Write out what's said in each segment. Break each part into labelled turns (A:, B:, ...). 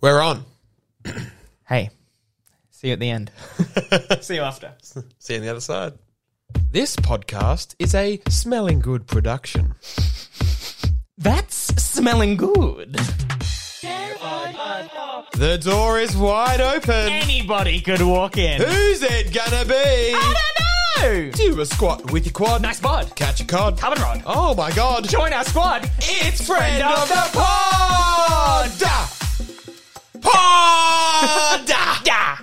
A: We're on.
B: Hey, see you at the end. see you after.
A: See you on the other side. This podcast is a smelling good production.
B: That's smelling good.
A: The door is wide open.
B: Anybody could walk in.
A: Who's it gonna
B: I
A: be?
B: don't know.
A: Do a squat with your quad.
B: Nice bod.
A: Catch a cod.
B: Covered rod.
A: Oh my god.
B: Join our squad.
A: It's friend of the pod. Pod.
B: Da.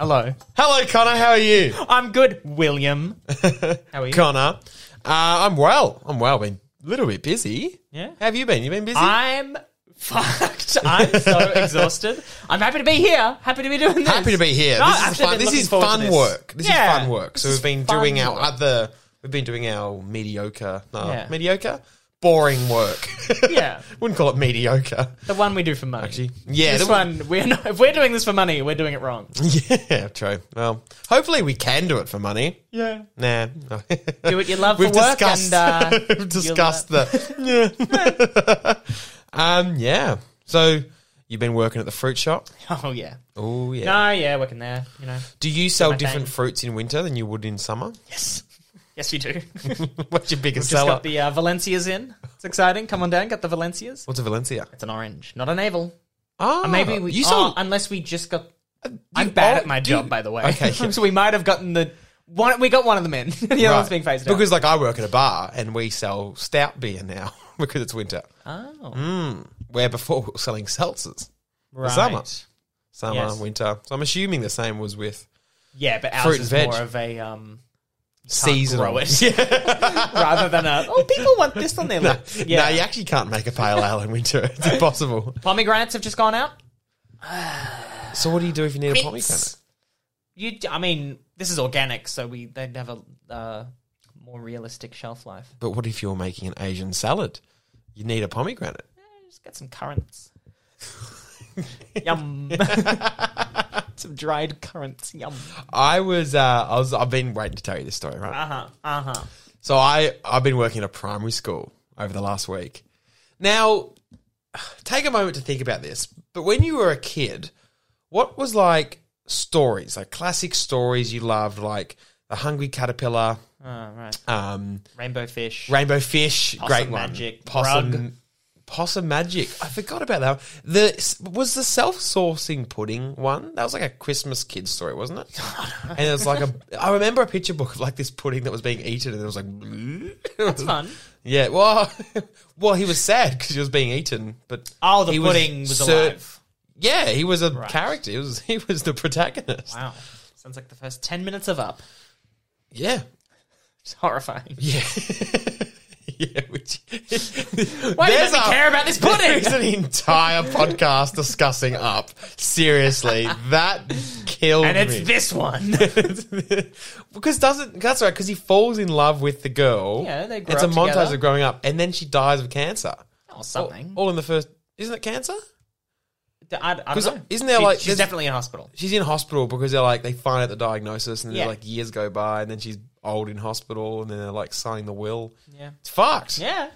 B: Hello.
A: Hello, Connor. How are you?
B: I'm good, William. How are you?
A: Connor, uh, I'm well. I'm well. Been a little bit busy.
B: Yeah.
A: How have you been? You been busy?
B: I'm fucked. I'm so exhausted. I'm happy to be here. Happy to be doing this.
A: happy to be here.
B: No, I've
A: this is
B: actually
A: fun.
B: been
A: This
B: looking
A: is
B: forward to
A: fun
B: this.
A: work. This
B: Yeah.
A: is fun work. So
B: This
A: we've
B: is
A: been
B: fun
A: doing our
B: work.
A: other. We've been doing our mediocre, uh,
B: Yeah.
A: mediocre, boring work.
B: Yeah.
A: wouldn't call it mediocre.
B: The one we do for money.
A: Yeah,
B: this
A: the one-
B: one, we're not, if we're doing this for money, we're doing it wrong.
A: Yeah, true. Well, hopefully we can do it for money.
B: Yeah.
A: Nah,
B: Do what you love
A: we've
B: for work
A: discussed.
B: and uh,
A: we've discussed the. Yeah. um. Yeah. So you've been working at the fruit shop.
B: Oh yeah.
A: Oh yeah.
B: No, yeah, working there. You know.
A: Do you sell
B: my
A: different
B: thing.
A: fruits in winter than you would in summer?
B: Yes. Yes, you do.
A: What's your biggest
B: Just
A: seller?
B: got the uh, Valencias in. It's exciting. Come on down, get the Valencias.
A: What's a Valencia?
B: It's an orange, not an navel.
A: Ah,
B: Maybe we.
A: you
B: oh,
A: sold.
B: unless we just got.
A: you
B: I'm bad
A: are-
B: at my
A: do-
B: job, by the way.
A: Okay, yeah.
B: so we might have gotten the one. We got one of them in. the other one's
A: Right.
B: being phased out.
A: Because like I work at a bar and we sell stout beer now because it's winter.
B: oh,
A: Mm, Where before we were selling seltzers,
B: right.
A: summer. summer,
B: Yes.
A: winter. So I'm assuming the same was with
B: Yeah, but ours
A: Fruit
B: is
A: veg.
B: more of a um,
A: seasonal.
B: grow it. rather than a. Oh, people want this on their lips.
A: Yeah.
B: yeah.
A: No, you actually can't make a pale ale in winter. It's impossible.
B: Pomegranates have just gone out.
A: So what do you do if you need a pomegranate?
B: It's- You, I mean, this is organic, so we they'd have a uh, more realistic shelf life.
A: But what if you're making an Asian salad? You need a pomegranate.
B: Just get some currants. Yum. some dried currants. Yum.
A: I was, uh, I was, I've been waiting to tell you this story, right?
B: Uh huh. Uh
A: uh-huh.
B: huh.
A: So I I've been working at a primary school over the last week. Now, take a moment to think about this. But when you were a kid, what was like stories, like classic stories you loved, like The Hungry Caterpillar,
B: All right.
A: um,
B: Rainbow fish.
A: Rainbow Fish, great one,
B: Magic, Rug.
A: Possum Magic. I forgot about that. One. The was the self sourcing pudding one. That was like a Christmas kid story, wasn't it? and it was like a. I remember a picture book of like this pudding that was being eaten, and it was like. That's
B: fun.
A: Yeah. Well, well, he was sad because he was being eaten, but
B: Oh, the
A: he
B: pudding was,
A: ser-
B: alive.
A: Yeah, he was a character. He was he was the protagonist.
B: Wow. Sounds like the first ten minutes of Up.
A: Yeah.
B: It's horrifying.
A: Yeah. yeah, which
B: Why do you
A: There's
B: let me
A: a-
B: care about this pudding?
A: There's an entire podcast discussing up. Seriously, that killed
B: and it's
A: me.
B: this one.
A: because doesn't that's right? Because he falls in love with the girl.
B: Yeah, they grow
A: It's
B: up
A: a montage
B: together.
A: of growing up, and then she dies of cancer.
B: or something.
A: All in the first. Isn't it cancer?
B: I, I don't
A: 'Cause
B: know.
A: isn't there,
B: She-
A: like,
B: she's
A: there's-
B: definitely in hospital.
A: She's in hospital because they're like they find out the diagnosis, and then
B: Yeah.
A: like years go by, and then she's old in hospital, and then they're like signing the will.
B: Yeah.
A: It's fucked.
B: Yeah.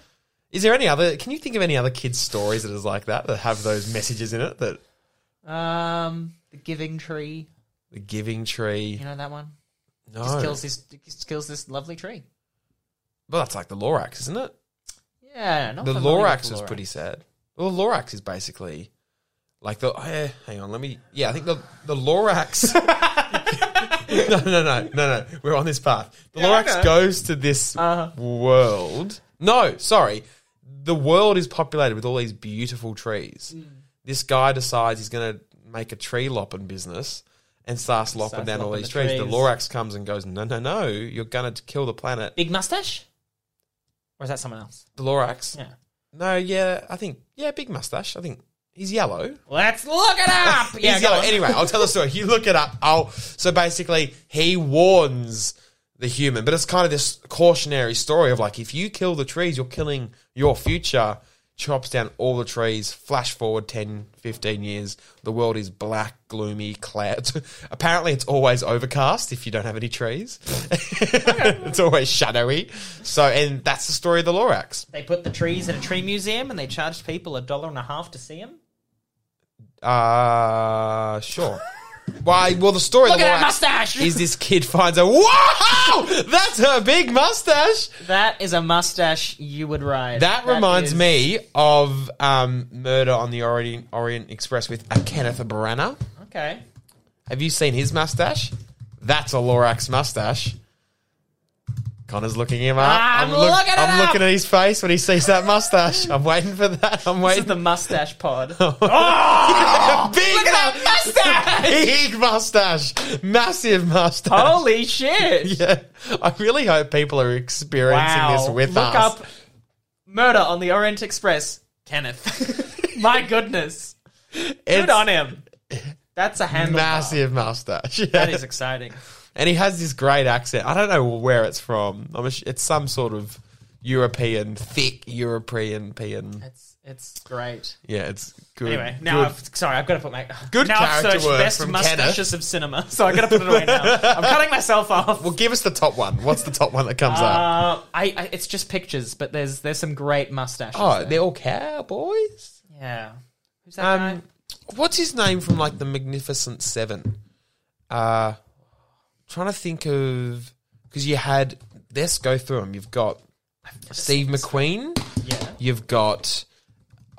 A: Is there any other? Can you think of any other kids' stories that is like that that have those messages in it? That
B: Um, the Giving Tree.
A: the Giving Tree,
B: You know that one?
A: no,
B: Just kills this just kills this lovely tree.
A: well, that's like the Lorax, isn't it?
B: Yeah, not
A: The
B: familiar with
A: Lorax was pretty sad. Well, the Lorax is basically like the. eh, hang on, let me. Yeah, I think the the Lorax. no, no, no, no, no. We're on this path. The
B: Yeah, I
A: Lorax
B: know. Oh,
A: goes to this
B: Uh-huh.
A: world. No, sorry. The world is populated with all these beautiful trees.
B: Mm.
A: This guy decides he's going to make a tree lopping business and starts lopping down all
B: lopping
A: these
B: the
A: trees. The
B: trees.
A: Lorax comes and goes, no, no, no. You're going to kill the planet.
B: Big mustache? Or is that someone else?
A: The Lorax.
B: Yeah.
A: No, yeah, I think yeah, big mustache. I think he's yellow.
B: Let's look it up. yeah,
A: he's
B: go
A: yellow.
B: on.
A: Anyway, I'll tell the story. You look it up. I'll so basically he warns the human, but it's kind of this cautionary story of like if you kill the trees, you're killing your future. Chops down all the trees. Flash forward 10, 15 years. The world is black, gloomy, clouds. Apparently, it's always overcast if you don't have any trees. it's always shadowy. So, and that's the story of the Lorax.
B: They put the trees in a tree museum and they charged people a dollar and a half to see them.
A: Uh, sure. Why? Well, the story
B: Look
A: the
B: at that
A: why
B: mustache.
A: is this kid finds a wow. That's her big mustache.
B: that is a mustache you would ride.
A: That, reminds
B: is-
A: me of um, Murder on the Orient, Orient Express with a Kenneth Branagh.
B: Okay.
A: Have you seen his mustache? That's a Lorax mustache. Connor's looking him up.
B: I'm looking Ah, it
A: I'm
B: up.
A: looking at his face when he sees that mustache. I'm waiting for that. I'm
B: This
A: waiting.
B: is the mustache pod. Oh,
A: big
B: Look at that mustache!
A: Big mustache, massive mustache.
B: Holy shit!
A: Yeah, I really hope people are experiencing
B: Wow.
A: this with
B: Look
A: us.
B: up murder on the Orient Express, Kenneth. My goodness. Good
A: It's
B: on him. That's a handle.
A: massive mustache. Yeah.
B: That is exciting.
A: and he has this great accent. I don't know where it's from. I'm ass- it's some sort of European, thick European, pean.
B: It's it's great.
A: Yeah, it's good.
B: Anyway, now
A: good.
B: I've sorry, I've got to put my
A: Good
B: now I've
A: character
B: searched
A: work
B: best
A: from
B: mustaches of cinema, so I got to put it away now. I'm cutting myself off.
A: well, give us the top one. What's the top one that comes up?
B: Uh, I, I it's just pictures, but there's there's some great mustaches.
A: Oh,
B: there.
A: they're all cowboys.
B: yeah. Who's that guy?
A: Um, what's his name from like the Magnificent Seven? Uh, trying to think of because you had let's go through them. You've got Steve McQueen.
B: Yeah.
A: You've got.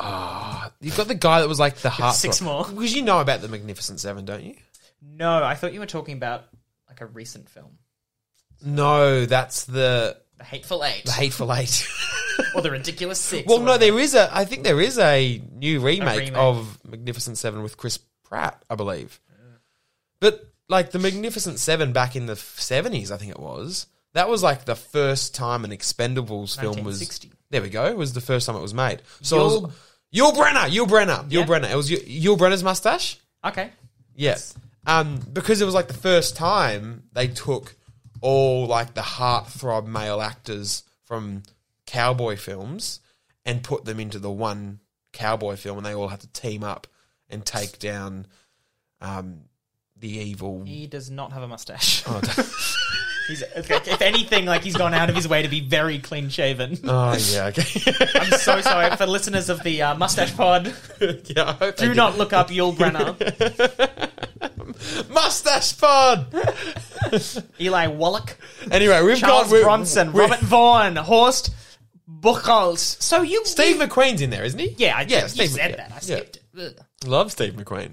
A: Ah, you've got the guy that was like the heart.
B: Six more.
A: because you know about the Magnificent Seven, don't you?
B: No, I thought you were talking about like a recent film,
A: No, that's the
B: The Hateful Eight,
A: the Hateful Eight.
B: or The Ridiculous Six.
A: well,
B: or
A: no, there is a. I think there is a new remake,
B: remake.
A: of Magnificent Seven with Chris Pratt, I believe. But like the Magnificent Seven back in the seventies, I think it was. That was like the first time an Expendables film was.
B: 1960.
A: There we go. Was the first time it was made. So it
B: Yul-
A: was, Yul Brenner, Yul Brenner, Yul
B: Yeah.
A: Brenner. It was Yul, Yul Brenner's mustache.
B: Okay.
A: Yes. Um, because it was like the first time they took all like the heartthrob male actors from cowboy films and put them into the one cowboy film, and they all had to team up and take down um, the evil.
B: He does not have a mustache.
A: Oh,
B: He's, if, if anything, like he's gone out of his way to be very clean shaven.
A: oh, yeah, okay.
B: I'm so sorry for listeners of the uh, Mustache Pod.
A: yeah, I hope they
B: Do
A: did.
B: not look up Yul Brenner.
A: mustache pod.
B: Eli Wallach,
A: Anyway, we've
B: Charles
A: got we-
B: Bronson,
A: we-
B: Robert Vaughn, Horst Buchholz. So you,
A: Steve McQueen's in there, isn't he?
B: yeah, I
A: yeah.
B: you
A: Steve
B: said
A: McQueen.
B: that. I
A: Yeah.
B: skipped. it.
A: Love Steve McQueen.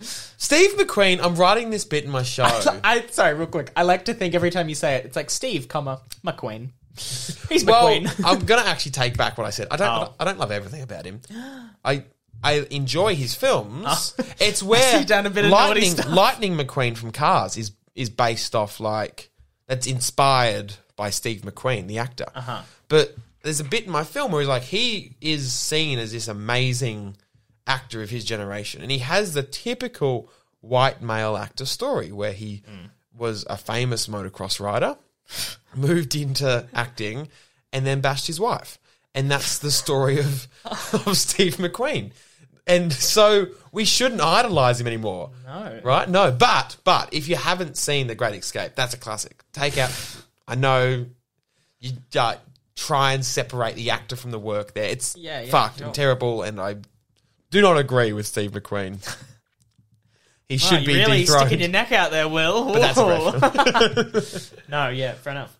A: Steve McQueen, I'm writing this bit in my show.
B: I sorry, real quick. I like to think every time you say it, it's like Steve, comma McQueen. He's
A: well,
B: McQueen.
A: I'm gonna actually take back what I said. I don't.
B: Oh.
A: I don't love everything about him. I I enjoy his
B: Oh.
A: films. It's where
B: He's done a bit of naughty
A: Lightning
B: stuff.
A: Lightning McQueen from Cars is is based off like that's inspired by Steve McQueen, the actor. Uh-huh. But there's a bit in my film where he's like he is seen as this amazing actor of his generation, and he has the typical white male actor story where he
B: Mm.
A: was a famous motocross rider moved into acting and then bashed his wife. And that's the story of, of Steve McQueen. And so we shouldn't idolize him anymore.
B: No.
A: Right? No. But but if you haven't seen The Great Escape, that's a classic. Take out I know you uh, try and separate the actor from the work there. It's
B: Yeah, yeah,
A: fucked
B: sure.
A: and terrible and I do not agree with Steve McQueen. he
B: Wow,
A: should be
B: you're really
A: dethroned.
B: sticking your neck out there, Will.
A: that's a great
B: Whoa. no, yeah, fair enough.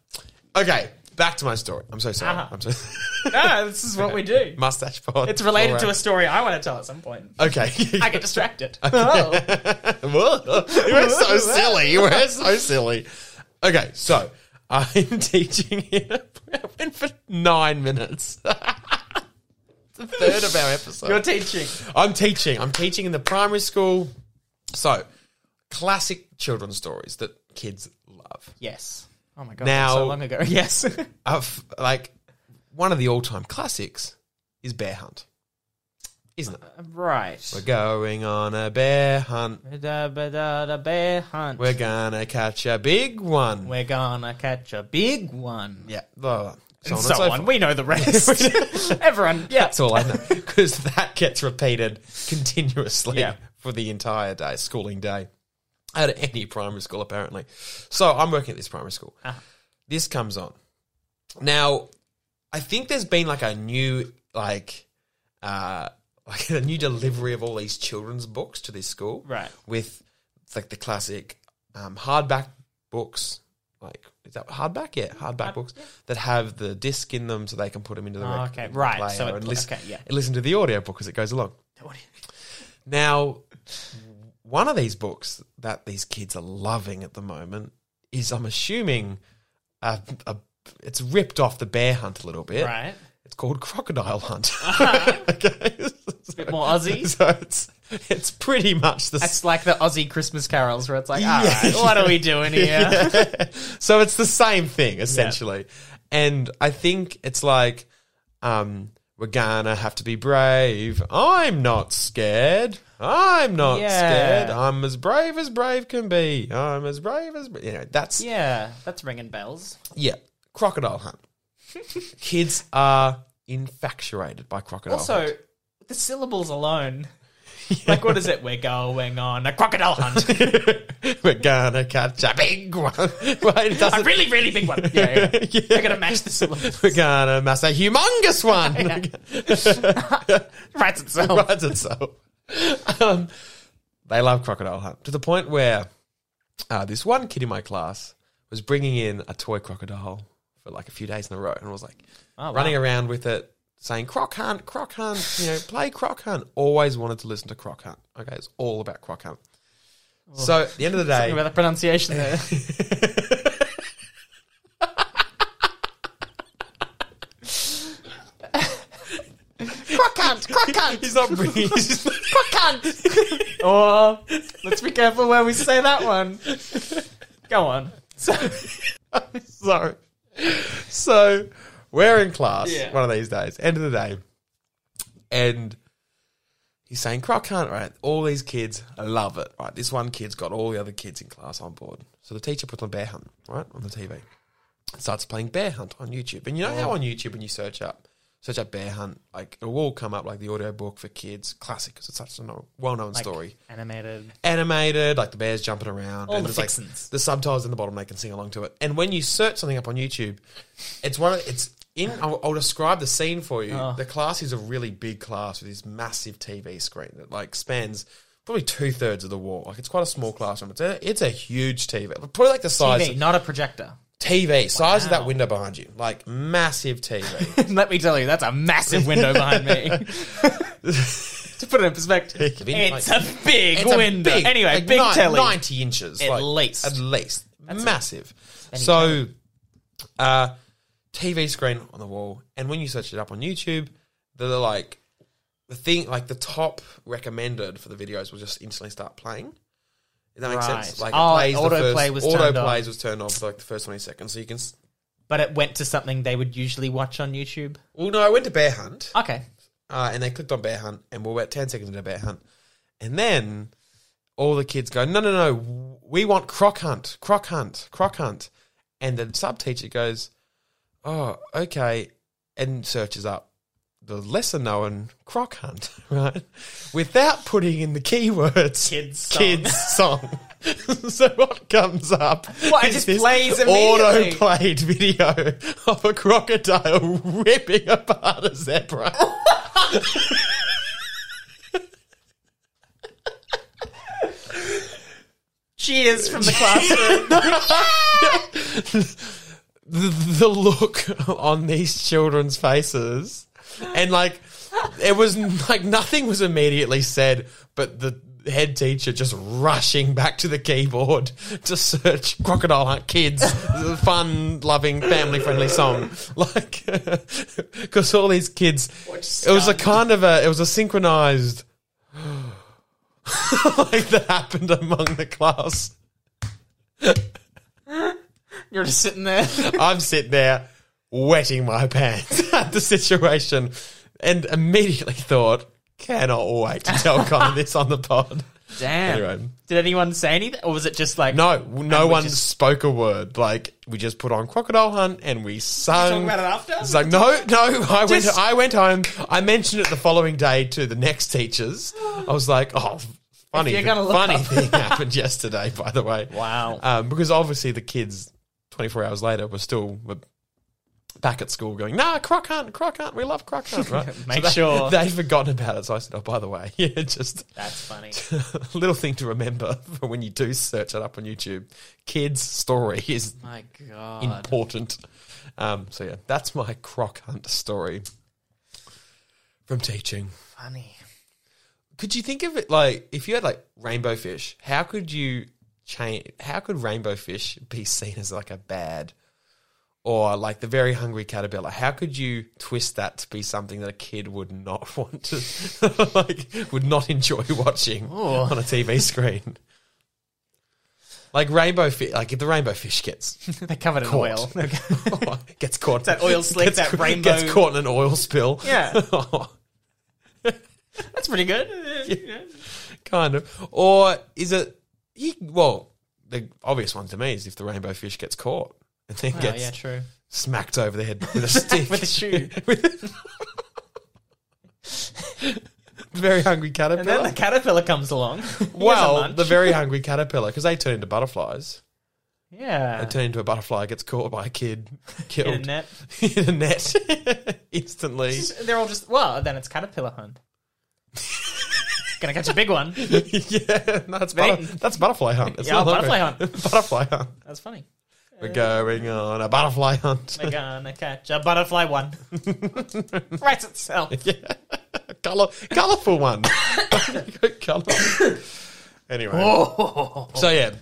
A: okay, back to my story. I'm so sorry.
B: Uh-huh.
A: I'm so
B: No, Ah, this is what we do.
A: Mustache pod.
B: It's related to a
A: Alright.
B: story I want to tell at some point.
A: Okay.
B: I get distracted. Oh.
A: Whoa. you were so silly. You were so silly. Okay, so I'm teaching him. It went for nine minutes. it's a third of our episode.
B: You're teaching.
A: I'm teaching. I'm teaching in the primary school. So, classic children's stories that kids love.
B: Yes. Oh my god.
A: Now-
B: so long ago. Yes.
A: Of like one of the all-time classics is Bear Hunt, isn't it?
B: right.
A: We're going on a bear hunt.
B: Da, ba, da, da, bear hunt.
A: We're gonna catch a big one.
B: We're gonna catch a big one.
A: Yeah, blah, blah, blah. So
B: And
A: on
B: so,
A: and so
B: on.
A: forth.
B: We know the rest. Everyone. Yeah.
A: That's all I know because that gets repeated continuously
B: Yeah.
A: for the entire day, schooling day, at any primary school apparently. So I'm working at this primary school.
B: Uh-huh.
A: This comes on now. I think there's been like a new like uh like the new delivery of all these children's books to this school,
B: Right.
A: With like the classic um, hardback books, like is that hardback? Yeah, hardback books that have the disc in them, so they can put them into the
B: Oh,
A: rec-
B: okay,
A: into the
B: right, so
A: player
B: it-
A: and listen,
B: okay, yeah.
A: and listen to the audiobook as it goes along. Now, one of these books that these kids are loving at the moment is, I'm assuming, a, a, it's ripped off the Bear Hunt a little bit.
B: Right.
A: It's called Crocodile Hunt.
B: It's a bit more Aussie.
A: so it's it's pretty much the
B: That's like the Aussie Christmas carols where it's like, all
A: Yeah.
B: right, what are we doing here?
A: so it's the same thing essentially, and I think it's like um, we're gonna have to be brave. I'm not scared. I'm not
B: Yeah.
A: scared. I'm as brave as brave can be. I'm as brave as bra-" you know. That's yeah.
B: Yeah, that's ringing bells.
A: crocodile hunt. Kids are infatuated by crocodile.
B: Also,
A: Hunt.
B: the syllables alone. Like, what is it? We're going on a crocodile hunt.
A: we're gonna catch a big one. Right? It
B: a
A: doesn't-
B: really, really big one. Yeah, yeah.
A: Yeah.
B: They're going to match the syllables.
A: We're gonna mass a humongous one.
B: Writes itself.
A: Writes itself. Um, they love Crocodile Hunt to the point where uh, this one kid in my class was bringing in a toy crocodile for like a few days in a row, and was like
B: wow.
A: running around with it, saying "Croc Hunt, Croc Hunt," you know, play Croc Hunt. Always wanted to listen to Croc Hunt. Okay, it's all about Croc Hunt. So at the end of the
B: Sorry
A: day,
B: about the pronunciation there.
A: Crocant, Crocant. He's not bringing. He's just
B: or let's be careful where we say that one. Go on. So,
A: Sorry. So we're in class
B: Yeah.
A: one of these days, end of the day. And he's saying, Croc Hunt, right? All these kids love it, right? This one kid's got all the other kids in class on board. So the teacher puts on Bear Hunt, right? On the TV. Starts playing Bear Hunt on YouTube. And you know how on YouTube, when you search up, search up Bear Hunt, like it'll all come up like the audio book for kids, classic, because it's such a no- well known story
B: animated.
A: animated, like the bears jumping around.
B: All
A: and
B: the
A: there's, like,
B: fixins.
A: the subtitles in the bottom, they can sing along to it. And when you search something up on YouTube, it's one. Of, it's in. I'll, I'll describe the scene for you.
B: Oh.
A: The class is a really big class with this massive TV screen that like spans probably two thirds of the wall. Like it's quite a small classroom. It's a, it's a huge TV, probably like the size
B: TV, not a projector.
A: TV size of that window behind you, like massive TV.
B: Let me tell you, that's a massive window behind me. to put it in perspective,
A: It could be
B: it's
A: like-
B: a big
A: It's a
B: window.
A: big-
B: anyway,
A: like
B: big
A: nine-
B: telly.
A: ninety inches
B: At
A: like,
B: least.
A: at least, massive. So, uh, TV screen on the wall, and when you search it up on YouTube, the like the thing like the top recommended for the videos will just instantly start playing. Does that make sense?
B: Right.
A: Like it
B: Oh,
A: plays the
B: autoplay
A: first,
B: was turned
A: autoplays
B: on.
A: was turned off for like the first twenty seconds, so you can. s-
B: But it went to something they would usually watch on YouTube.
A: Well, no, I went to Bear Hunt,
B: Okay.
A: uh, and they clicked on Bear Hunt, and we we're about ten seconds into Bear Hunt, and then all the kids go, no, no, no, we want croc hunt, croc hunt, croc hunt. And the sub teacher goes, oh, okay, and searches up the lesser known croc hunt, right? Without putting in the keywords
B: Kids song.
A: kids song. so what comes up?
B: What, it
A: is
B: just
A: this
B: plays immediately?
A: auto-played video of a crocodile ripping apart a zebra.
B: Cheers from the classroom.
A: the, the look on these children's faces and like it was like nothing was immediately said but the head teacher just rushing back to the keyboard to search crocodile hunt kids fun loving family friendly song like because all these kids it was a kind of a it was a synchronized like that happened among the class
B: You're just sitting there.
A: I'm sitting there wetting my pants at the situation and immediately thought, cannot wait to tell Connor this on the pod.
B: Damn.
A: Anyway.
B: Did anyone say anything? Or was it just like.
A: No, no
B: we
A: one
B: just-
A: spoke a word. Like we just put on Crocodile Hunt and we sung.
B: about it after?
A: It's like no, no. I went.
B: Just-
A: I went home. I mentioned it the following day to the next teachers. I was like, oh, funny,
B: you're gonna look
A: funny
B: up-
A: thing happened yesterday. By the way,
B: Wow.
A: um, because obviously the kids, twenty four hours later, were still were back at school going, nah, croc hunt, croc hunt, we love croc hunt, right? So
B: Make
A: they-
B: sure.
A: They'd forgotten about it. So I said, oh, by the way, yeah, just
B: That's funny.
A: a little thing to remember for when you do search it up on YouTube. Kids' story is
B: My God.
A: important. Um, so yeah, that's my croc hunt story from teaching.
B: Funny.
A: Could you think of it like if you had like rainbow fish? How could you change? How could rainbow fish be seen as like a bad, or like the very hungry caterpillar? How could you twist that to be something that a kid would not want to, like, would not enjoy watching on a TV screen? Like rainbow fish, like if the rainbow fish gets
B: They're covered in
A: Caught.
B: oil.
A: gets caught.
B: that oil slick, that rainbow-
A: Gets caught in an oil spill.
B: yeah. That's pretty good. Yeah.
A: kind of. Or is it? You, well, the obvious one to me is if the rainbow fish gets caught and then
B: Oh,
A: gets
B: yeah, true.
A: smacked over the head with a stick.
B: With a shoe.
A: very hungry
B: And then the
A: caterpillar.
B: caterpillar comes along. He has a
A: Well,
B: lunch.
A: the very hungry caterpillar, because they turn into butterflies.
B: yeah.
A: They turn into a butterfly, gets caught by a kid,
B: In a
A: killed
B: net.
A: in a net instantly.
B: They're all just well. Then it's caterpillar hunt. Gonna catch a big one.
A: yeah, no, that's, butter,
B: Mate.
A: that's butterfly hunt. It's
B: Yeah,
A: not
B: butterfly
A: longer. butterfly hunt.
B: That's funny.
A: We're going on a butterfly hunt.
B: We're gonna catch a butterfly one. Writes itself.
A: yeah, color, colorful one. Colour- Anyway,
B: Oh.
A: so yeah,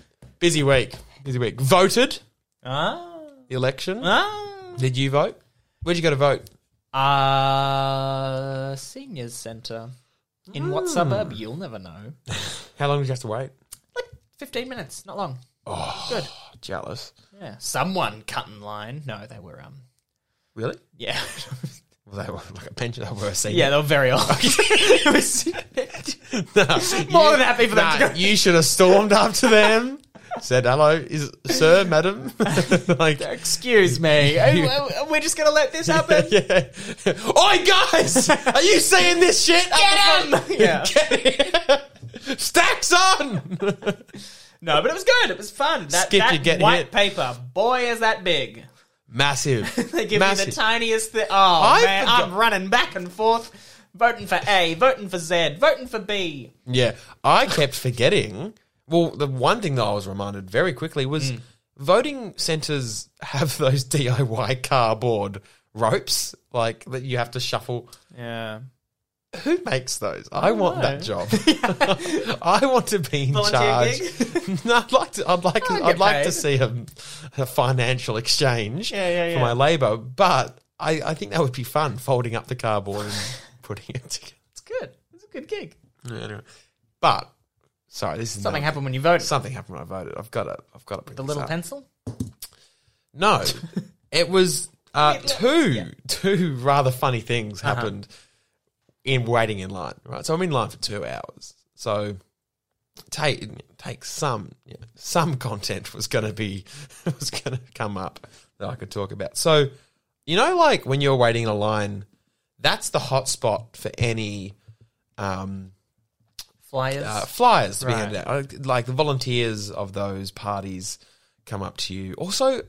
A: busy week. Busy week. Voted
B: Ah.
A: the election.
B: Ah.
A: Did you vote? Where'd you go to vote?
B: Uh, seniors centre. In
A: Hmm.
B: what suburb? You'll never know.
A: How long did you have to wait?
B: Like 15 minutes, not long. Oh. Good.
A: Oh, jealous.
B: Yeah. Someone cut in line. No, they were, um,
A: Really?
B: yeah.
A: Well, they were like a pension. They were a senior.
B: yeah, they were very old. It was- More than happy for them to
A: Nah,
B: go.
A: you should have stormed up to them. Said hello, is sir, madam. like
B: Excuse me. Oh, We're just going to let this happen.
A: yeah. Oi, guys! Are you seeing this shit? Get
B: Yeah.
A: Stacks on!
B: No, but it was good. It was fun. That,
A: Skip,
B: that
A: you get
B: white
A: hit.
B: paper, boy, is that big.
A: Massive.
B: They give
A: Massive.
B: me the tiniest thing. Oh,
A: I
B: man,
A: forgot-
B: I'm running back and forth, voting for A, voting for Z, voting for B.
A: yeah. I kept forgetting. Well, the one thing that I was reminded very quickly was
B: Hmm.
A: voting centres have those DIY cardboard ropes, like that you have to shuffle.
B: Yeah.
A: Who makes those? I, want
B: know.
A: that job. I want to be in
B: Volunteer Oh,
A: charge. no, I'd like to. I'd like.
B: I'll
A: I'd,
B: get
A: like to
B: paid.
A: see a, a financial exchange
B: Yeah, yeah,
A: for
B: yeah.
A: my labour. But I, I think that would be fun. Folding up the cardboard and putting it together.
B: It's good. It's a good gig.
A: Anyway. But sorry, this is
B: Something
A: no-
B: happened when you voted.
A: Something happened when I voted. I've got to. I've got to bring
B: the
A: this
B: little
A: up.
B: pencil?
A: No, it was Uh-huh. uh, two two rather funny things happened in waiting in line. Right, so I'm in line for two hours. So take take some you know, some content was going to be was going to come up that I could talk about. So you know, like when you're waiting in a line, that's the hot spot for any. Um,
B: Flyers.
A: uh, flyers to be
B: Right.
A: handed out. Like- Like the volunteers of those parties come up to you. Also,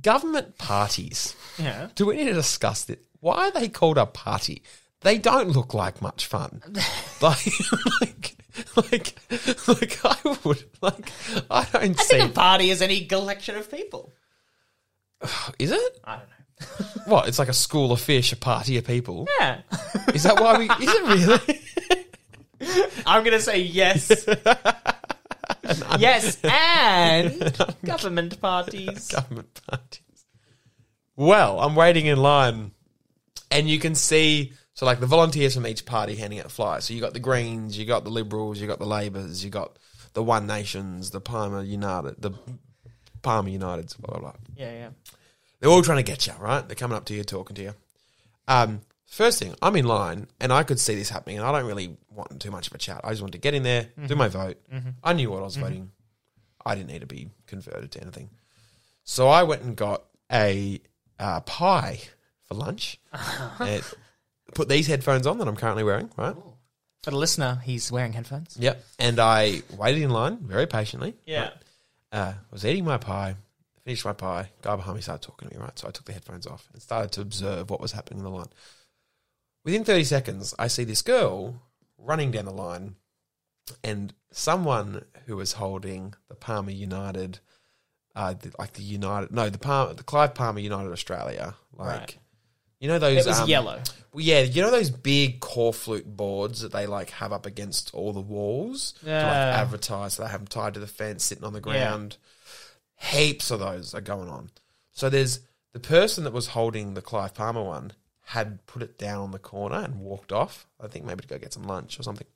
A: government parties.
B: yeah.
A: Do we need to discuss this? Why are they called a party? They don't look like much fun. like, like, like, like I would like. I don't
B: I
A: see.
B: think a party is any collection of people.
A: is it?
B: I don't know.
A: What? It's like a school of fish, a party of people.
B: Yeah.
A: Is that why we? Is it really?
B: I'm going to say yes. yes, and government parties.
A: government parties. Well, I'm waiting in line, and you can see so like the volunteers from each party handing out flyers. So you got the Greens, you got the Liberals, you got the Labours, you got the One Nations, the Palmer United, the Palmer Uniteds, blah blah blah.
B: Yeah, yeah.
A: They're all trying to get you, right? They're coming up to you, talking to you. Um, first thing, I'm in line, and I could see this happening, and I don't really want too much of a chat. I just wanted to get in there, do my vote. I knew what I was voting. I didn't need to be converted to anything. So I went and got a uh, pie for lunch. and put these headphones on that I'm currently wearing, right?
B: For the listener, he's wearing headphones.
A: Yep. And I waited in line very patiently.
B: Yeah.
A: uh, was eating my pie, Finished my pie. Guy behind me started talking to me, right? So I took the headphones off and started to observe what was happening in the line. Within 30 seconds, I see this girl running down the line and someone who was holding the Palmer United, uh, the, like the United, no, the Palmer, the Clive Palmer United Australia, like,
B: Right.
A: you know those.
B: It was
A: um,
B: yellow.
A: well, yeah, you know those big core flute boards that they like have up against all the walls to
B: Yeah.
A: like advertise. So they have them tied to the fence, sitting on the ground. Heaps of those are going on. So there's the person that was holding the Clive Palmer one had put it down on the corner and walked off. I think maybe to go get some lunch or something.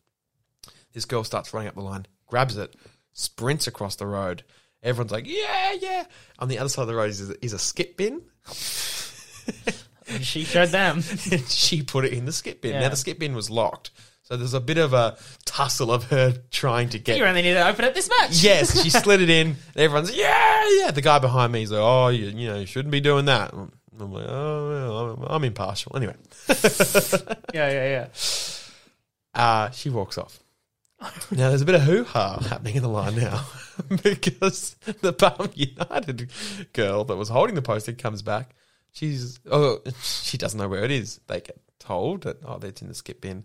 A: This girl starts running up the line, grabs it, sprints across the road. Everyone's like, "Yeah, yeah!" On the other side of the road is is a skip bin.
B: She showed them.
A: and she put it in the skip bin.
B: Yeah.
A: Now the skip bin was locked, so there's a bit of a tussle of her trying to get.
B: You only need to open it this much.
A: yes, she slid it in. And everyone's yeah, yeah. The guy behind me is like, oh, you, you know, you shouldn't be doing that. And I'm like, oh, well, I'm, I'm impartial. Anyway,
B: Yeah, yeah, yeah.
A: uh, she walks off. Now there's a bit of hoo ha happening in the line now because the Palm United girl that was holding the poster comes back. She's oh she doesn't know where it is. They get told that oh it's in the skip bin,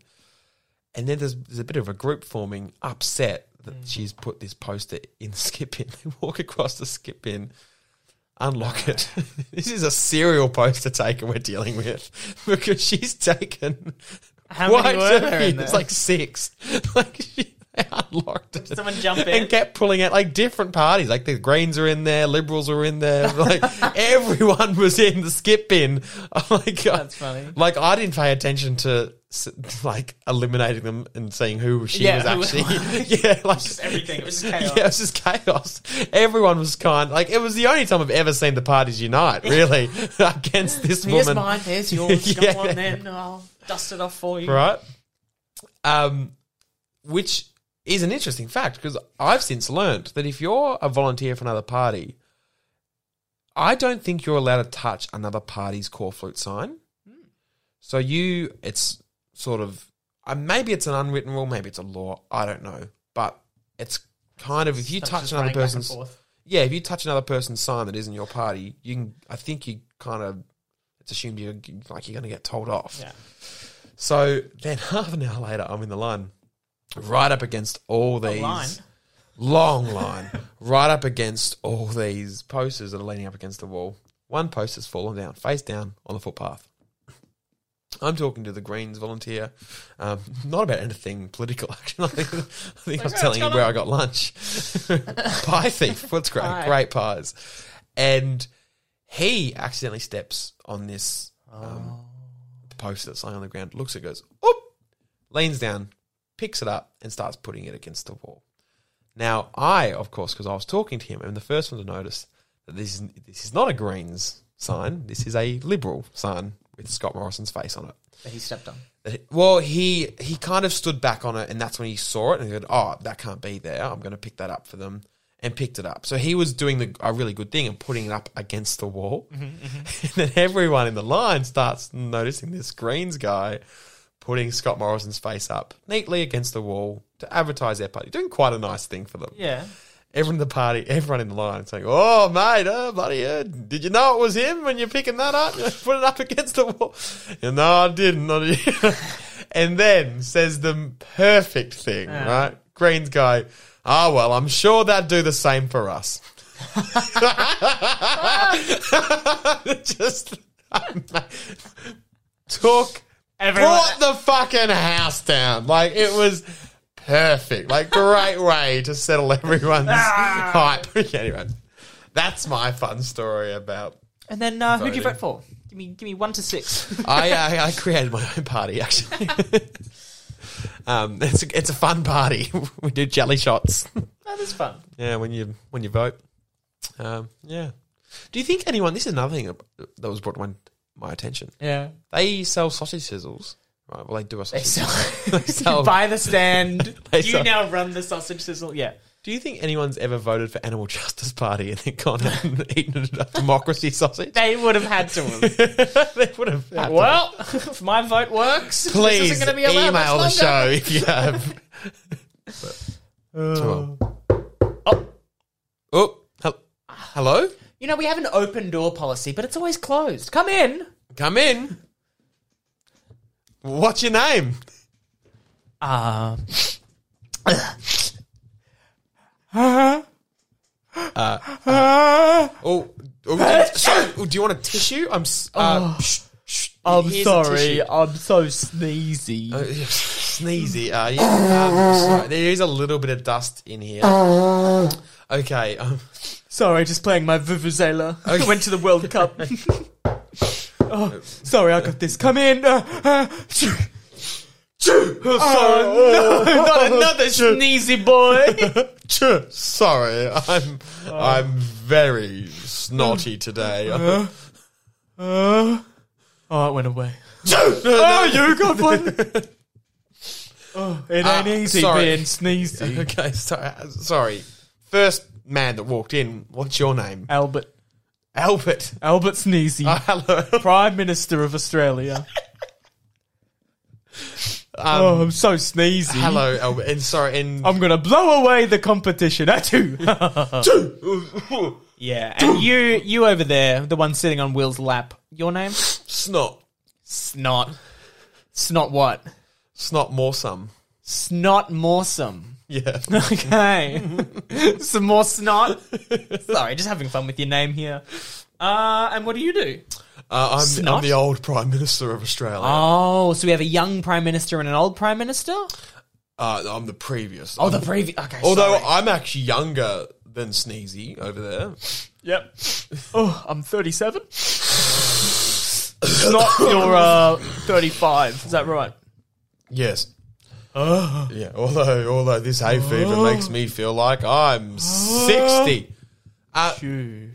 A: and then there's there's a bit of a group forming, upset that she's put this poster in the skip bin. They walk across the skip bin. Unlock it. this is a serial poster taker we're dealing with because she's taken
B: How many were there in
A: it's
B: there?
A: like six. Like she they unlocked it.
B: Someone jump in.
A: and kept pulling out like different parties. Like the Greens are in there, Liberals are in there. Like everyone was in the skip bin. I'm like,
B: That's funny.
A: Like I didn't pay attention to s- like eliminating them and seeing who she
B: Yeah,
A: was
B: who-
A: actually. yeah, like
B: just everything. It was just chaos.
A: Yeah, it was just chaos. Everyone was kind. Like it was the only time I've ever seen the parties unite. Really against this
B: Here's
A: woman.
B: mine. Here's yours.
A: Yeah.
B: Go on then. I'll dust it off for you.
A: right? Um, which is an interesting fact because I've since learned that if you're a volunteer for another party, I don't think you're allowed to touch another party's core flute sign.
B: Hmm.
A: So you, it's sort of, uh, maybe it's an unwritten rule, maybe it's a law, I don't know, but it's kind of if you
B: Just
A: touch
B: running
A: another
B: back and
A: person's
B: forth.
A: yeah, if you touch another person's sign that isn't your party, you can. I think you kind of it's assumed you're like you're going to get told off.
B: Yeah.
A: So then half an hour later, I'm in the line, right up against all these
B: line?
A: long line, right up against all these posters that are leaning up against the wall. One poster's fallen down, face down on the footpath. I'm talking to the Greens volunteer, um, not about anything political. Actually, I think, I think I was
B: what's
A: telling you
B: going
A: where
B: on?
A: I got lunch. Pie thief, what's great,
B: Pie.
A: great pies, and he accidentally steps on this um, poster that's lying on the ground. Looks at, it, goes, oop, leans down, picks it up, and starts putting it against the wall. Now, I, of course, because I was talking to him, am the first one to notice that this is, this is not a Greens sign. This is a Liberal sign with Scott Morrison's face on it.
B: That he stepped on.
A: That he- Well, he he kind of stood back on it, and that's when he saw it and he said, "Oh, that can't be there. I'm going to pick that up for them." And picked it up. So he was doing the, a really good thing and putting it up against the wall. And then everyone in the line starts noticing this Greens guy putting Scott Morrison's face up neatly against the wall to advertise their party. Doing quite a nice thing for them
B: Yeah.
A: everyone in the party, everyone in the line, saying, "Oh, mate, oh, bloody, uh, did you know it was him when you're picking that up? You put it up against the wall." And, no, I didn't. I didn't." and then says the perfect thing, right? Green's guy. Ah, well, I'm sure that'd do the same for us. Just took
B: Everyone.
A: brought the fucking house down. Like it was perfect. Like great way to settle everyone's hype. anyway, that's my fun story about.
B: And then uh, who'd you
A: Voting.
B: vote for? Give me, give me one to six.
A: I uh, I, I created my own party actually. um, it's a, it's a fun party. we do jelly shots.
B: that was fun.
A: Yeah, when you when you vote. Um, yeah. Do you think anyone? This is another thing that was brought to my, my attention.
B: Yeah.
A: They sell sausage sizzles, right? Well, they do a
B: They
A: sausage.
B: sell.
A: sell-
B: you buy the stand.
A: They
B: you
A: sell-
B: now run the sausage sizzle. Yeah.
A: Do you think anyone's ever voted for Animal Justice Party and then gone out and eaten a democracy sausage?
B: They would have had to. Have.
A: they would have. had to.
B: well, if my vote works, this
A: please
B: isn't gonna be allowed
A: email
B: much
A: the show
B: longer.
A: if you have.
B: Uh.
A: but, oh, well. oh, oh, hel- hello.
B: You know, we have an open door policy, but it's always closed. Come in.
A: Come in. What's your name?
B: Uh, uh,
A: Oh, oh, sorry. Oh, do you want a tissue? I'm. s- Uh, sh- sh-
B: I'm
A: here's a
B: sorry.
A: tissue.
B: I'm so sneezy.
A: Uh, Sneezy. Uh, yeah, um, sorry. there is a little bit of dust in here.
B: Oh.
A: Okay. Um,
B: Sorry, just playing my vuvuzela. I went to the World Cup. oh, sorry, I got this. Come in. Uh, uh,
A: oh,
B: no, not another sneezy boy.
A: no. sorry, I'm I'm very snotty today.
B: Uh, oh, it went away.
A: oh,
B: you got one. Oh, it ain't
A: Ah,
B: easy
A: sorry.
B: being sneezy.
A: Okay, sorry. Sorry. First man that walked in. What's your name?
B: Albert.
A: Albert.
B: Albert Sneezy.
A: Oh, hello.
B: Prime Minister of Australia.
A: Um,
B: Oh, I'm so sneezy.
A: Hello, Albert. And sorry. And
B: I'm gonna blow away the competition. I too. Oh. yeah, and you, you over there, the one sitting on Will's lap. Your name?
A: snot.
B: Snot. Snot what?
A: Snot more some.
B: Snot Morsum.
A: Yeah.
B: Okay. Some more snot. Sorry, just having fun with your name here. Uh, and what do you do?
A: Uh, I'm, I'm
B: Snot?
A: the old Prime Minister of Australia.
B: Oh, so we have a young prime minister and an old prime minister.
A: Uh, I'm the previous.
B: Oh, the previous. Okay.
A: Although
B: sorry.
A: I'm actually younger than Sneezy over there.
B: Yep. Oh, I'm 37. Not your uh, 35. Is that right?
A: Yes.
B: Uh.
A: Yeah. Although, although this hay fever makes me feel like I'm sixty.
B: Phew.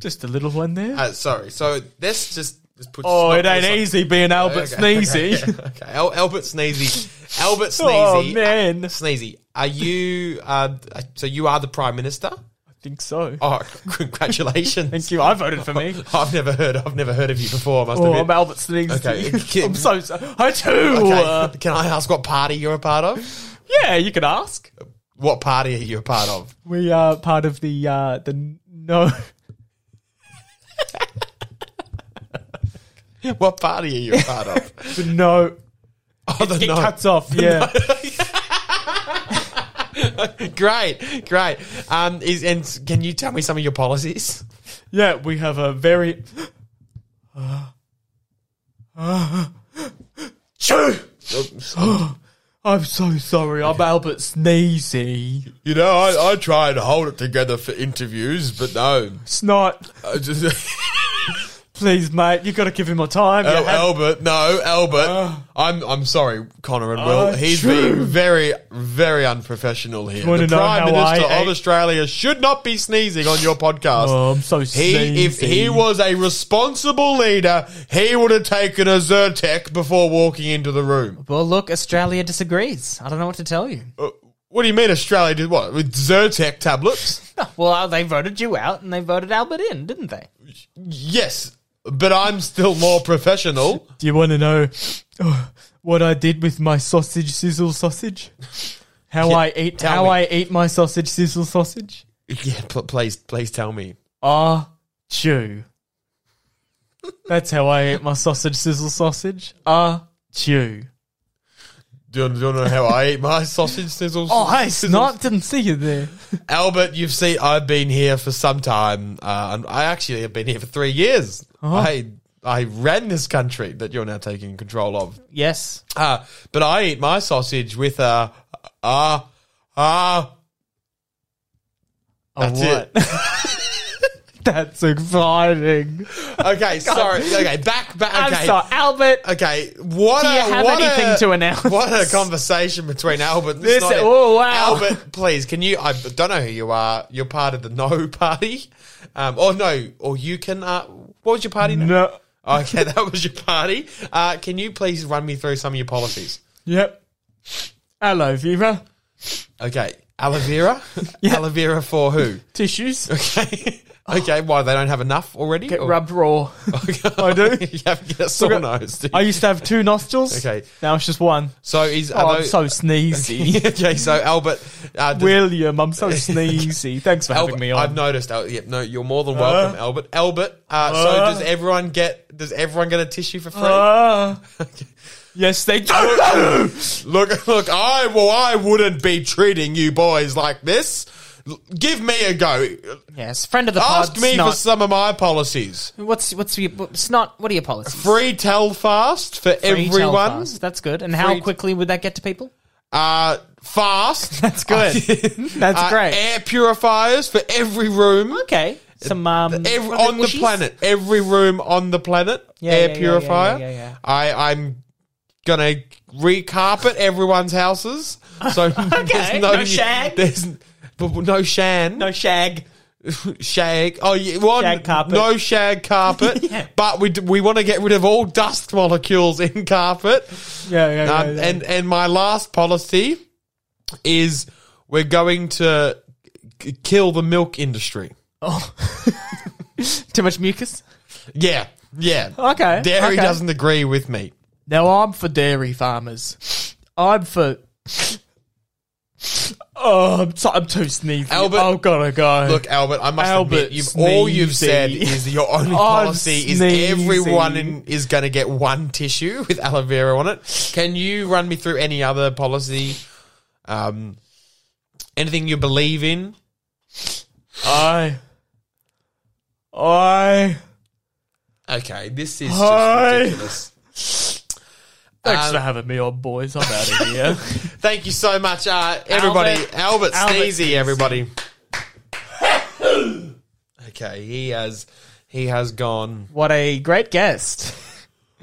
B: Just a little one there.
A: Uh, sorry. So let's just let's put.
B: oh,
A: snot
B: it ain't
A: aside.
B: easy being Albert Sneezy.
A: Okay, Al- Albert Sneezy. Albert
B: Oh
A: Sneezy.
B: man, I
A: Sneezy. Are you? Uh, so you are the prime minister?
B: think so.
A: Oh, congratulations!
B: Thank you. I voted for me.
A: I've never heard. I've never heard of you before. I Must
B: Oh,
A: admit.
B: I'm Albert Sneezy.
A: Okay.
B: I'm so. so I too.
A: Okay,
B: Uh,
A: Can I ask what party you're a part of?
B: yeah, you can ask.
A: What party are you a part of?
B: We are part of the uh, the no.
A: What party are you a part of?
B: The no.
A: Oh, the
B: It
A: no.
B: cuts off. Yeah.
A: Great, great. Um, is and can you tell me some of your policies?
B: Yeah, we have a very. Choo! I'm so sorry. I'm Albert Sneezy.
A: You know, I, I try and hold it together for interviews, but no.
B: Snot,
A: I just-
B: please, mate. You got to give him more time.
A: Oh,
B: You have-
A: Albert, no, Albert. I'm I'm sorry, Connor and Will.
B: Uh,
A: He's
B: true.
A: being very, very unprofessional here.
B: wanna
A: The
B: know
A: Prime
B: how
A: Minister
B: I
A: of
B: ate-
A: Australia should not be sneezing on your podcast.
B: oh, I'm so
A: he,
B: sneezy.
A: if he was a responsible leader, he would have taken a Zyrtec before walking into the room.
B: well, look, Australia disagrees. I don't know what to tell you.
A: Uh, What do you mean Australia did what with Zyrtec tablets?
B: Well, uh, they voted you out and they voted Albert in, didn't they?
A: yes, but I'm still more professional.
B: Do you want to know oh, what I did with my sausage sizzle sausage? How
A: Yeah,
B: I eat
A: tell
B: how
A: me.
B: I eat my sausage sizzle sausage?
A: Yeah, pl- please, please tell me.
B: Ah, chew. That's how I eat my sausage sizzle sausage. Ah, chew.
A: Do you, do you know how I eat my sausage sizzles?
B: Oh, hey, snot! Didn't see you there.
A: Albert, you've seen I've been here for some time. Uh, and I actually have been here for three years.
B: Uh-huh.
A: I I ran this country that you're now taking control of.
B: Yes.
A: Uh, but I eat my sausage with a ah ah.
B: Oh,
A: That's
B: what? That's exciting.
A: Okay, sorry. Okay, back back.
B: I'm
A: Okay,
B: sorry, Albert.
A: okay. What
B: Do you
A: a,
B: have
A: what
B: anything
A: a-
B: to announce?
A: What a conversation between Albert. and
B: This-
A: Snyder.
B: oh, wow.
A: Albert, please, can you? I don't know who you are. You're part of the No Party, um, or no, or you can. Uh, what was your party? name?
B: No.
A: Okay, that was your party. Uh, can you please run me through some of your policies?
B: Yep. Hello, Viva.
A: Okay, aloe vera, aloe vera for who?
B: Tissues.
A: Okay, Okay, why they don't have enough already?
C: Get
A: Or-
C: rubbed raw. I do.
A: you have to get a sore
C: Look,
A: nose. do you?
C: I used to have two nostrils.
A: Okay.
C: Now it's just one.
A: so he's
C: Oh,
A: are
C: I'm
A: those-
C: so sneezy.
A: okay. So Albert, uh, does-
C: William, I'm so sneezy. Thanks for
A: Albert
C: having me on.
A: I've noticed. Al- yeah, no, you're more than welcome, Albert. Albert. Uh, so
C: Uh.
A: does everyone get? Does everyone get a tissue for free?
C: Ah. yes, they do.
A: Look, look, I well, I wouldn't be treating you boys like this. L- Give me a go.
B: Yes, friend of the
A: Ask
B: pod.
A: me for
B: snot.
A: some of my policies.
B: what's what's your what, snot? What are your policies?
A: Free Telfast for
B: Free tell
A: everyone.
B: fast. That's good. And how
A: Free-
B: quickly would that get to people?
A: Uh, fast.
C: That's good. That's
A: Uh,
C: great.
A: Air purifiers for every room.
B: Okay, some um,
A: Every,
B: what are they,
A: on the
B: whooshies?
A: planet. Every room on the planet.
B: Yeah, yeah,
A: air
B: yeah,
A: purifier.
B: yeah, yeah, yeah.
A: I, I'm gonna recarpet everyone's houses. So there's no,
B: no shag.
A: There's but no shan.
C: no shag.
A: shag. Oh, yeah, well,
C: Shag carpet.
A: no shag carpet.
B: Yeah.
A: But we d- we want to get rid of all dust molecules in carpet.
C: Yeah, yeah, yeah.
A: Um,
C: yeah.
A: and and my last policy is we're going to k- kill the milk industry.
B: Oh.
C: too much mucus.
A: Yeah, yeah.
B: Oh,
C: Okay,
A: Dairy
C: okay.
A: doesn't agree with me.
C: Now I'm for dairy farmers. I'm for. Oh, I'm, so, I'm too sneezy.
A: Albert-
C: oh, gotta go.
A: Look, Albert, I must admit,
C: Albert
A: you've, all you've
C: Sneezy.
A: said is your
C: Oh,
A: only policy is
C: Sneezy.
A: everyone in, is going to get one tissue with aloe vera on it. Can you run me through any other policy? Um, anything you believe in?
C: I, I.
A: Okay, this is just
C: Hi.
A: ridiculous.
C: Thanks
A: Um,
C: for having me on, boys. I'm out of here.
A: Thank you so much, uh, everybody.
C: Albert
A: Albert, Sneezy, everybody. okay, he has he has gone.
C: what a great guest.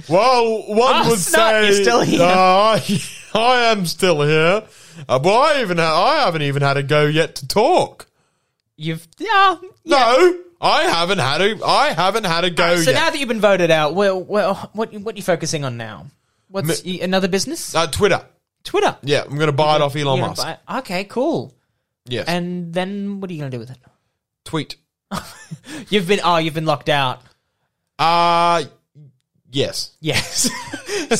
A: Well, one
B: Ah,
C: Oh,
A: would
C: snot,
A: say
C: you're still here.
A: Uh, I, I am still here. Uh, well, I even ha- I haven't even had a go yet to talk.
B: You've yeah.
A: No, I haven't had a I haven't had a go
B: so now
A: yet.
B: that you've been voted out, well, well, what what are you focusing on now? What's y another business?
A: uh, Twitter.
B: Twitter.
A: Yeah, I'm going to buy it off Elon
B: You're
A: Musk.
B: gonna buy- okay, cool.
A: Yes, and
B: And then what are you going to do with it?
A: tweet.
B: You've been oh, you've been locked out.
A: Uh yes.
B: Yes.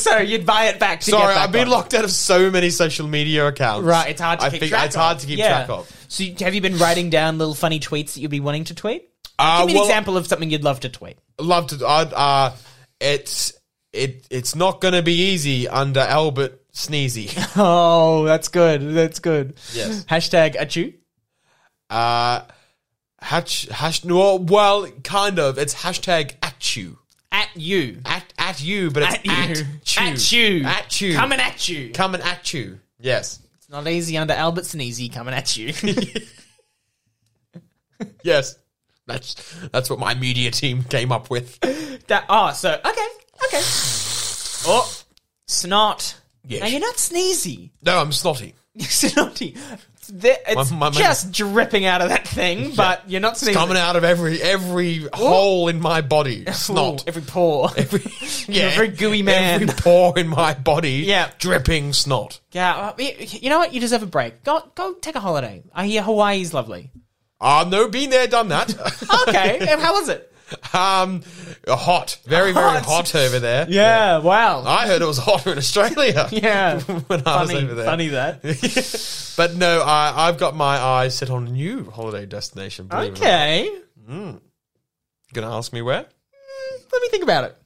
B: so you'd buy it back. To
A: Sorry,
B: get back
A: I've been
B: on.
A: locked out of so many social media accounts.
B: Right, it's hard to
A: I
B: keep
A: think
B: track
A: it's
B: of.
A: hard to keep
B: Yeah.
A: track of.
B: So you- have you been writing down little funny tweets that you'd be wanting to tweet?
A: Uh,
B: Give me
A: well,
B: an example of something you'd love to tweet.
A: Love to. I'd, uh, it's it it's not going to be easy under Albert Sneezy.
C: Oh, that's good. That's good.
A: Yes.
B: Hashtag achu.
A: Uh, hatch hash. Well, well, kind of. It's hashtag at you.
B: At you.
A: At at you, but it's
B: At you.
A: at you.
B: At you.
A: At you.
B: Coming at you.
A: Coming at you. Yes.
B: It's not easy under Albert Sneezy coming at you.
A: Yes. That's that's what my media team came up with.
B: that, oh, so, okay, okay. Oh, snot.
A: Yes.
B: Now, you're not sneezy.
A: No, I'm snotty.
B: You're snotty. It's there- It's
A: My- my- my-
B: just dripping out of that thing, but you're not sneezy.
A: Coming out of every every hole in my body.
B: Ooh,
A: Snot.
B: Every pore.
A: yeah.
B: You're a very gooey man.
A: Every pore in my body.
B: Yeah.
A: Dripping snot.
B: yeah, well, you, you know what? You deserve a break. Go, go take a holiday. I hear Hawaii's lovely.
A: Ah, no, been there, done that.
B: Okay, and how was it?
A: um, hot, very, very
B: Hot.
A: hot over there.
C: Yeah, wow.
A: I heard it was hotter in Australia.
C: yeah.
A: when I was
C: funny,
A: over there.
C: funny that.
A: But no, I, I've got my eyes set on a new holiday destination. Believe okay.
B: Okay.
A: You're going to ask me where?
B: Let me think about it.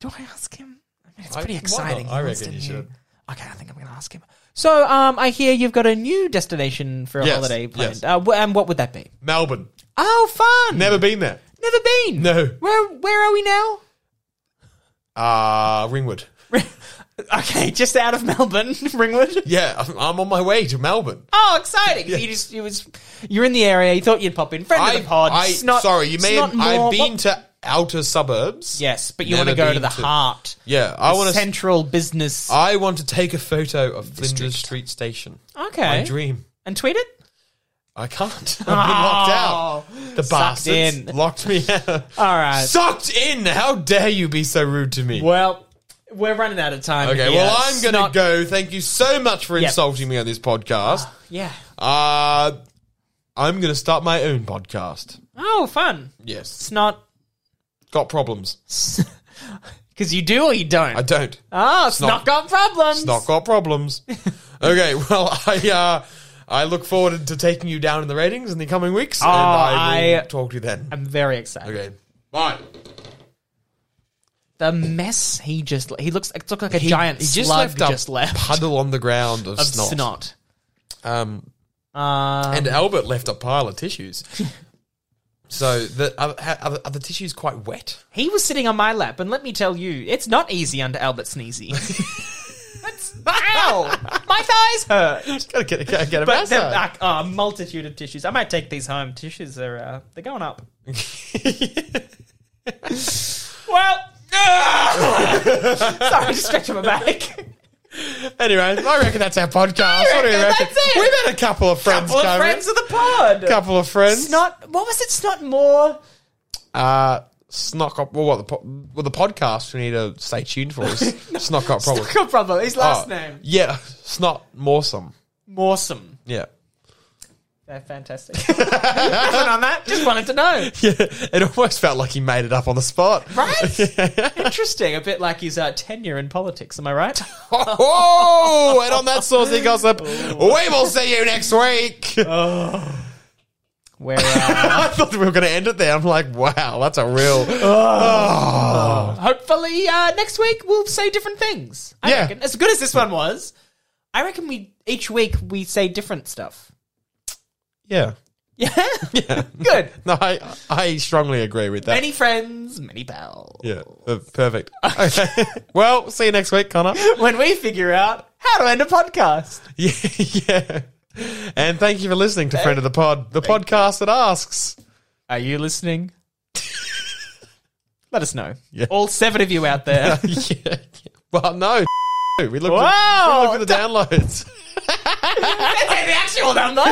B: Do I ask him? I mean, it's
A: I-
B: pretty
A: why
B: exciting.
A: not? I
B: He wants
A: reckon
B: to
A: you
B: hear.
A: should.
B: Okay, I think I'm going to ask him. So, um, I hear you've got a new destination for a
A: Yes,
B: holiday planned.
A: yes.
B: Uh, wh- and what would that be?
A: Melbourne.
B: Oh, fun!
A: Never been there.
B: Never been.
A: No.
B: Where Where are we now?
A: Uh, Ringwood.
B: okay, just out of Melbourne, Ringwood.
A: Yeah, I'm, I'm on my way to Melbourne.
B: Oh, exciting! So you just you was you're in the area. You thought you'd pop in. Friend of the pod.
A: I,
B: snot-
A: sorry, you may
B: snot
A: have, I've
B: more-
A: been to outer suburbs.
B: yes, but you
A: Never
B: want to go to
A: been
B: the
A: to-
B: heart.
A: Yeah, I want to.
B: central business.
A: I want to take a photo of Flinders Street Station.
B: okay,
A: My dream.
B: and tweet it.
A: I can't. I've been locked out. The
B: Oh. Sucked
A: bastards
B: in.
A: locked me out.
B: All right.
A: Sucked in. How dare you be so rude to me?
B: well, we're running out of time.
A: Okay,
B: here.
A: well, I'm going
B: Snot-
A: to go. Thank you so much for
B: Yep.
A: insulting me on this podcast.
B: Yeah.
A: Uh, I'm going to start my own podcast.
B: Oh, fun.
A: Yes.
B: It's not
A: Got problems.
B: because you do or you don't.
A: I don't.
B: oh, it's
A: not-
B: not got problems.
A: It's not got problems. okay, well, I uh, I look forward to taking you down in the ratings in the coming weeks, and
B: Oh,
A: I will
B: I-
A: talk to you then.
B: I'm very excited.
A: Okay, bye.
B: The mess he just he looks it looked like a
A: He-
B: giant
A: he just
B: slug
A: left a
B: just left
A: Puddle on the ground of,
B: of
A: snot.
B: snot.
A: Um,
B: Uh,
A: and Albert left a pile of tissues. so the are, are, are the tissues quite wet?
B: he was sitting on my lap, and let me tell you, it's not easy under Albert Sneezy. That's ow! My thighs hurt.
A: gotta get, gotta get a
B: But they're
A: massage.
B: like oh, a multitude of tissues. I might take these home. Tissues are uh, they're going up. well, sorry, I just stretched my back.
A: uh, Anyway, I reckon that's our podcast. what do you
B: reckon
A: reckon?
B: that's it.
A: We've had a couple of friends
B: Couple of
A: come in.
B: friends of the pod.
A: Couple of friends.
B: Snot. What was it? Snot more.
A: Uh, Snock up. Well, what the po- well the podcast we need to stay tuned for is Snock up problem. Oh,
B: Good problem. His last name.
A: Yeah, Snot Morsome.
B: Morsome.
A: Yeah.
B: They're fantastic. Nothing on that. Just wanted to know.
A: Yeah, it almost felt like he made it up on the spot.
B: Right? Interesting. A bit like his uh, tenure in politics. Am I right?
A: oh, and on that saucy gossip, we will see you next week.
B: Uh-huh. Where uh,
A: I thought we were going to end it there. I'm like, wow, that's a real.
B: hopefully uh, next week we'll say different things. I
A: Yeah.
B: reckon. As good as this one was, I reckon we each week we say different stuff.
A: Yeah.
B: Yeah. Yeah. Good.
A: No, I, I strongly agree with that.
B: Many friends, many pals.
A: yeah, uh, perfect. Okay. well, see you next week, Connor.
B: When we figure out how to end a podcast.
A: Yeah, yeah. And thank you for listening to Friend of the Pod, the podcast that asks.
B: Are you listening? Let us know.
A: Yeah.
B: All seven of you out there.
A: yeah, yeah. Well, no. We looked, at, we
B: Wow.
A: looked at the downloads.
B: That's the actual number.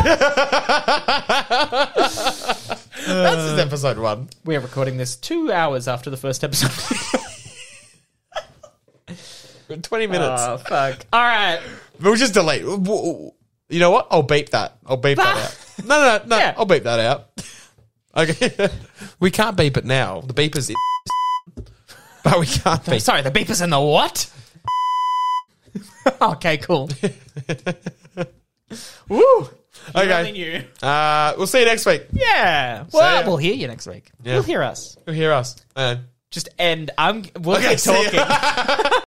A: That's
B: Uh.
A: just episode one.
B: We're recording this two hours after the first episode.
A: 20 minutes.
B: oh, fuck. All right.
A: we'll just delete. W- w- You know what? I'll beep that. I'll beep that out. No, no, no. no
B: Yeah.
A: I'll beep that out. Okay. we can't beep it now. The beeper's in. But we can't beep.
B: Sorry, the beeper's in the what? okay, cool. Woo. Really
A: Okay.
B: new.
A: Uh, we'll see you next week.
B: Yeah. Well,
A: ya.
B: we'll hear you next week. You'll hear us.
A: You'll hear us. Uh,
B: Just end. I'm. We'll
A: okay,
B: keep
A: see ya.
B: talking.